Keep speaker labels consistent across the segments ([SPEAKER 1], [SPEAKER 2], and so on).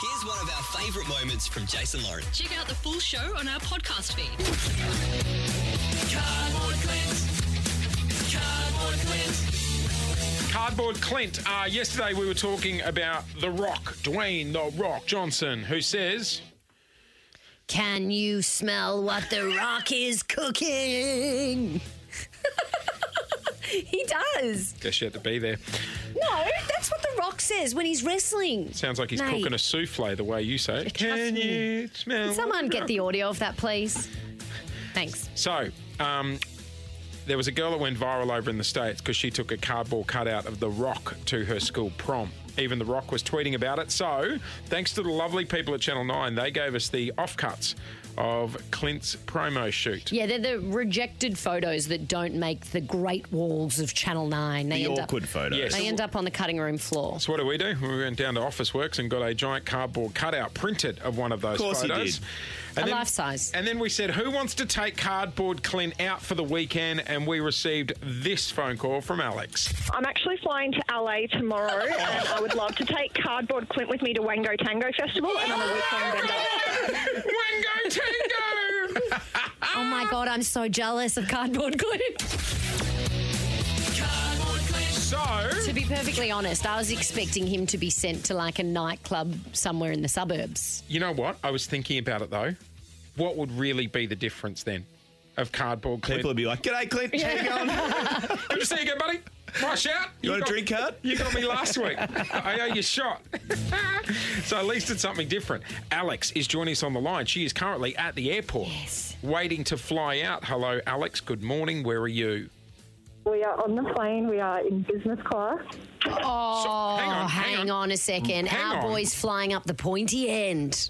[SPEAKER 1] Here's one of our favourite moments from Jason Lauren.
[SPEAKER 2] Check out the full show on our podcast feed.
[SPEAKER 1] Cardboard Clint. Cardboard Clint.
[SPEAKER 3] Cardboard Clint. Uh, yesterday we were talking about The Rock, Dwayne The Rock Johnson, who says,
[SPEAKER 4] Can you smell what the rock is cooking? he does.
[SPEAKER 3] Guess you had to be there.
[SPEAKER 4] No, that's what the rock says when he's wrestling.
[SPEAKER 3] Sounds like he's
[SPEAKER 4] Mate.
[SPEAKER 3] cooking a souffle the way you say it. Can
[SPEAKER 4] me.
[SPEAKER 3] you smell
[SPEAKER 4] Can someone
[SPEAKER 3] what
[SPEAKER 4] get the audio of that, please? Thanks.
[SPEAKER 3] So, um, there was a girl that went viral over in the States because she took a cardboard cutout of The Rock to her school prom. Even The Rock was tweeting about it. So, thanks to the lovely people at Channel 9, they gave us the offcuts of Clint's promo shoot.
[SPEAKER 4] Yeah, they're the rejected photos that don't make the great walls of Channel 9. They
[SPEAKER 5] The
[SPEAKER 4] end
[SPEAKER 5] awkward
[SPEAKER 4] up,
[SPEAKER 5] photos.
[SPEAKER 3] Yes.
[SPEAKER 4] They end up on the cutting room floor.
[SPEAKER 3] So what do we do? We went down to Office Works and got a giant cardboard cutout printed of one of those
[SPEAKER 5] Of course you
[SPEAKER 3] photos.
[SPEAKER 5] did.
[SPEAKER 3] And
[SPEAKER 4] A life size.
[SPEAKER 3] And then we said, "Who wants to take cardboard Clint out for the weekend?" And we received this phone call from Alex.
[SPEAKER 6] I'm actually flying to LA tomorrow, and I would love to take Cardboard Clint with me to Wango Tango Festival, and I'm a weekend vendor.
[SPEAKER 3] Wango Tango.
[SPEAKER 4] Oh my God, I'm so jealous of Cardboard Clint.
[SPEAKER 3] so
[SPEAKER 4] to be perfectly honest, I was expecting him to be sent to like a nightclub somewhere in the suburbs.
[SPEAKER 3] you know what? I was thinking about it though. What would really be the difference then of cardboard Clint?
[SPEAKER 5] People would be like, "G'day, Clint. How you going?
[SPEAKER 3] Good to see you again, buddy. Wash out.
[SPEAKER 5] You want a
[SPEAKER 3] got-
[SPEAKER 5] drink, Hart?
[SPEAKER 3] You got me last week. I owe you a shot. so at least it's something different. Alex is joining us on the line. She is currently at the airport. Yes. Waiting to fly out. Hello, Alex. Good morning. Where are you?
[SPEAKER 7] We are on the plane. We are in business class.
[SPEAKER 3] Oh, hang
[SPEAKER 4] Oh, hang, on. a second.
[SPEAKER 3] Hang on.
[SPEAKER 4] Our boy's flying up the pointy end.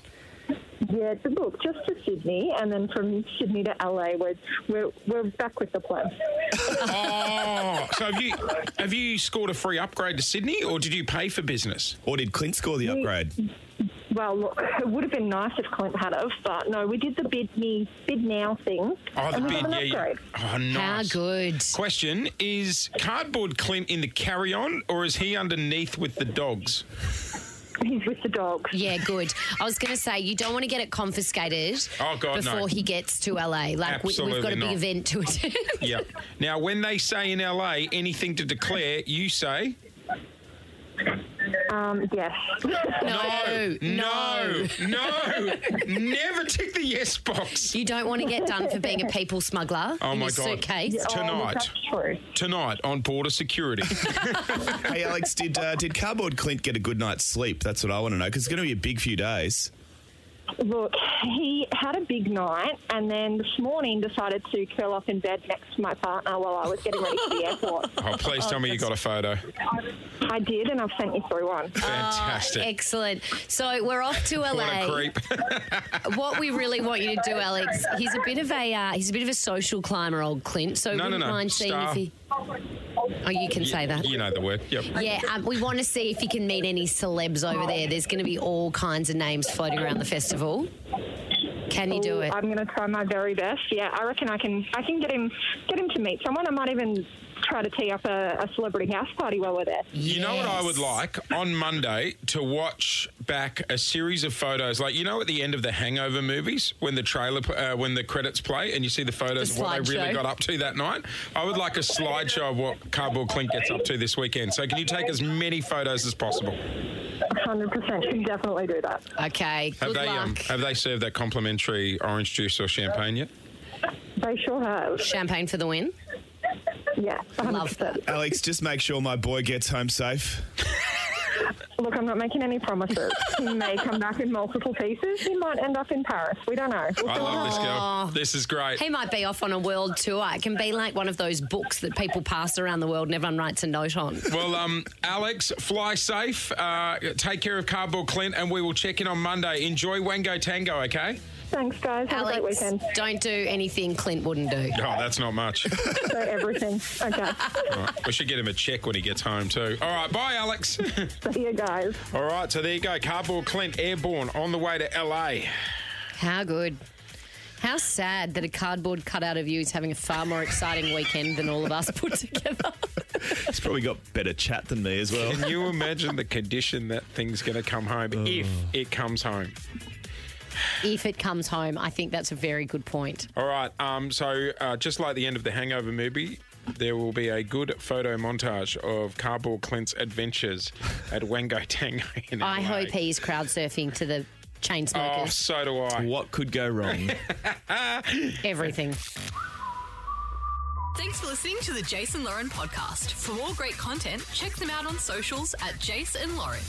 [SPEAKER 7] Yeah, to book just to Sydney, and then from Sydney to LA, we're we're, we're back with the plane.
[SPEAKER 3] Oh, so have you have you scored a free upgrade to Sydney, or did you pay for business?
[SPEAKER 5] Or did Clint score the upgrade?
[SPEAKER 7] Well, look, it would have been nice if Clint had of, but no, we did the bid me bid now thing,
[SPEAKER 3] Oh, the
[SPEAKER 7] and we
[SPEAKER 3] bid,
[SPEAKER 7] got an
[SPEAKER 3] yeah, yeah.
[SPEAKER 7] upgrade.
[SPEAKER 3] Oh, nice.
[SPEAKER 4] How good.
[SPEAKER 3] Question is cardboard Clint in the carry on, or is he underneath with the dogs?
[SPEAKER 7] He's with the dogs.
[SPEAKER 4] Yeah, good. I was going to say, you don't want to get it confiscated
[SPEAKER 3] Oh, God, no.
[SPEAKER 4] before he gets to LA. Like, we, we've got
[SPEAKER 3] Absolutely
[SPEAKER 4] a big
[SPEAKER 3] not.
[SPEAKER 4] event to attend.
[SPEAKER 3] Yeah. Now, when they say in LA anything to declare, you say
[SPEAKER 7] Um, yes.
[SPEAKER 4] No,
[SPEAKER 3] no, no, never tick the yes box
[SPEAKER 4] You don't want to get done for being a people smuggler
[SPEAKER 3] Oh,
[SPEAKER 4] in
[SPEAKER 3] my
[SPEAKER 4] your
[SPEAKER 3] God.
[SPEAKER 4] suitcase.
[SPEAKER 7] Oh, look,
[SPEAKER 3] tonight.
[SPEAKER 7] that's true.
[SPEAKER 3] Tonight on border security.
[SPEAKER 5] hey, Alex, did uh, did cardboard Clint get a good night's sleep? That's what I want to know because it's going to be a big few days.
[SPEAKER 7] Look, he had a big night, and then this morning decided to curl up in bed next to my partner while I was getting ready for the airport.
[SPEAKER 3] Oh, please tell me you got a photo.
[SPEAKER 7] I did, and I've sent you through one.
[SPEAKER 3] Fantastic.
[SPEAKER 4] Excellent. So we're off to LA.
[SPEAKER 3] What a creep.
[SPEAKER 4] what we really want you to do, Alex, he's a bit of a uh, he's a bit of a social climber, old Clint. So
[SPEAKER 3] No, no,
[SPEAKER 4] wouldn't
[SPEAKER 3] no.
[SPEAKER 4] mind seeing
[SPEAKER 3] Star.
[SPEAKER 4] if he. Oh, you can say that.
[SPEAKER 3] You know the word. Yep.
[SPEAKER 4] Yeah, um, we want to see if you can meet any celebs over there. There's going to be all kinds of names floating around the festival. Can you do
[SPEAKER 7] Ooh,
[SPEAKER 4] it?
[SPEAKER 7] Oh, I'm going to try my very best. Yeah, I reckon I can. I can get him get him to meet someone. I might even try to tee up a, a celebrity house party while we're there.
[SPEAKER 3] You know what I would
[SPEAKER 4] Yes.
[SPEAKER 3] like on Monday to watch back a series of photos, like you know at the end of the Hangover movies when the trailer, pl- uh, when the credits play, and you see the photos
[SPEAKER 4] The
[SPEAKER 3] of what they really
[SPEAKER 4] slideshow.
[SPEAKER 3] got up to that night. I would like a slideshow of what Cardboard Clint gets up to this weekend. So can you take as many photos as possible?
[SPEAKER 7] Hundred percent, can definitely do that.
[SPEAKER 4] Okay,
[SPEAKER 3] Have
[SPEAKER 4] good
[SPEAKER 3] they
[SPEAKER 4] luck.
[SPEAKER 3] um, have they served that complimentary orange juice or champagne yet?
[SPEAKER 7] They sure have.
[SPEAKER 4] Champagne for the win.
[SPEAKER 7] Yeah, 100%.
[SPEAKER 4] Love that.
[SPEAKER 5] Alex, just make sure my boy gets home safe.
[SPEAKER 7] Look, I'm not making any promises. he may come back in multiple pieces. He might end up in Paris. We don't know. We'll
[SPEAKER 3] I
[SPEAKER 7] see what
[SPEAKER 3] love this
[SPEAKER 7] happens.
[SPEAKER 3] girl. This is great.
[SPEAKER 4] He might be off on a world tour. It can be like one of those books that people pass around the world and everyone writes a note on.
[SPEAKER 3] Well, um, Alex, fly safe. Uh, take care of Cardboard Clint, and we will check in on Monday. Enjoy Wango Tango, okay?
[SPEAKER 7] Thanks, guys. Have a great
[SPEAKER 4] Alex,
[SPEAKER 7] weekend.
[SPEAKER 4] don't do anything Clint wouldn't do.
[SPEAKER 3] Oh, that's not much.
[SPEAKER 7] So everything. Okay.
[SPEAKER 3] All right. We should get him a check when he gets home, too. All right. Bye, Alex.
[SPEAKER 7] See you guys.
[SPEAKER 3] All right. So there you go. Cardboard Clint airborne on the way to LA.
[SPEAKER 4] How good. How sad that a cardboard cutout of you is having a far more exciting weekend than all of us put together.
[SPEAKER 5] He's probably got better chat than me as well.
[SPEAKER 3] Can you imagine the condition that thing's going to come home if it comes home?
[SPEAKER 4] if it comes home, I think that's a very good point.
[SPEAKER 3] All right. Um, so, uh, just like the end of the Hangover movie, there will be a good photo montage of Cardboard Clint's adventures at Wango Tango in
[SPEAKER 4] I
[SPEAKER 3] LA.
[SPEAKER 4] hope he's crowd surfing to the chain
[SPEAKER 3] Oh,
[SPEAKER 4] smokers,
[SPEAKER 3] so do I.
[SPEAKER 5] What could go wrong?
[SPEAKER 4] everything.
[SPEAKER 2] Thanks for listening to the Jason Lauren podcast. For more great content, check them out on socials at Jason Lauren.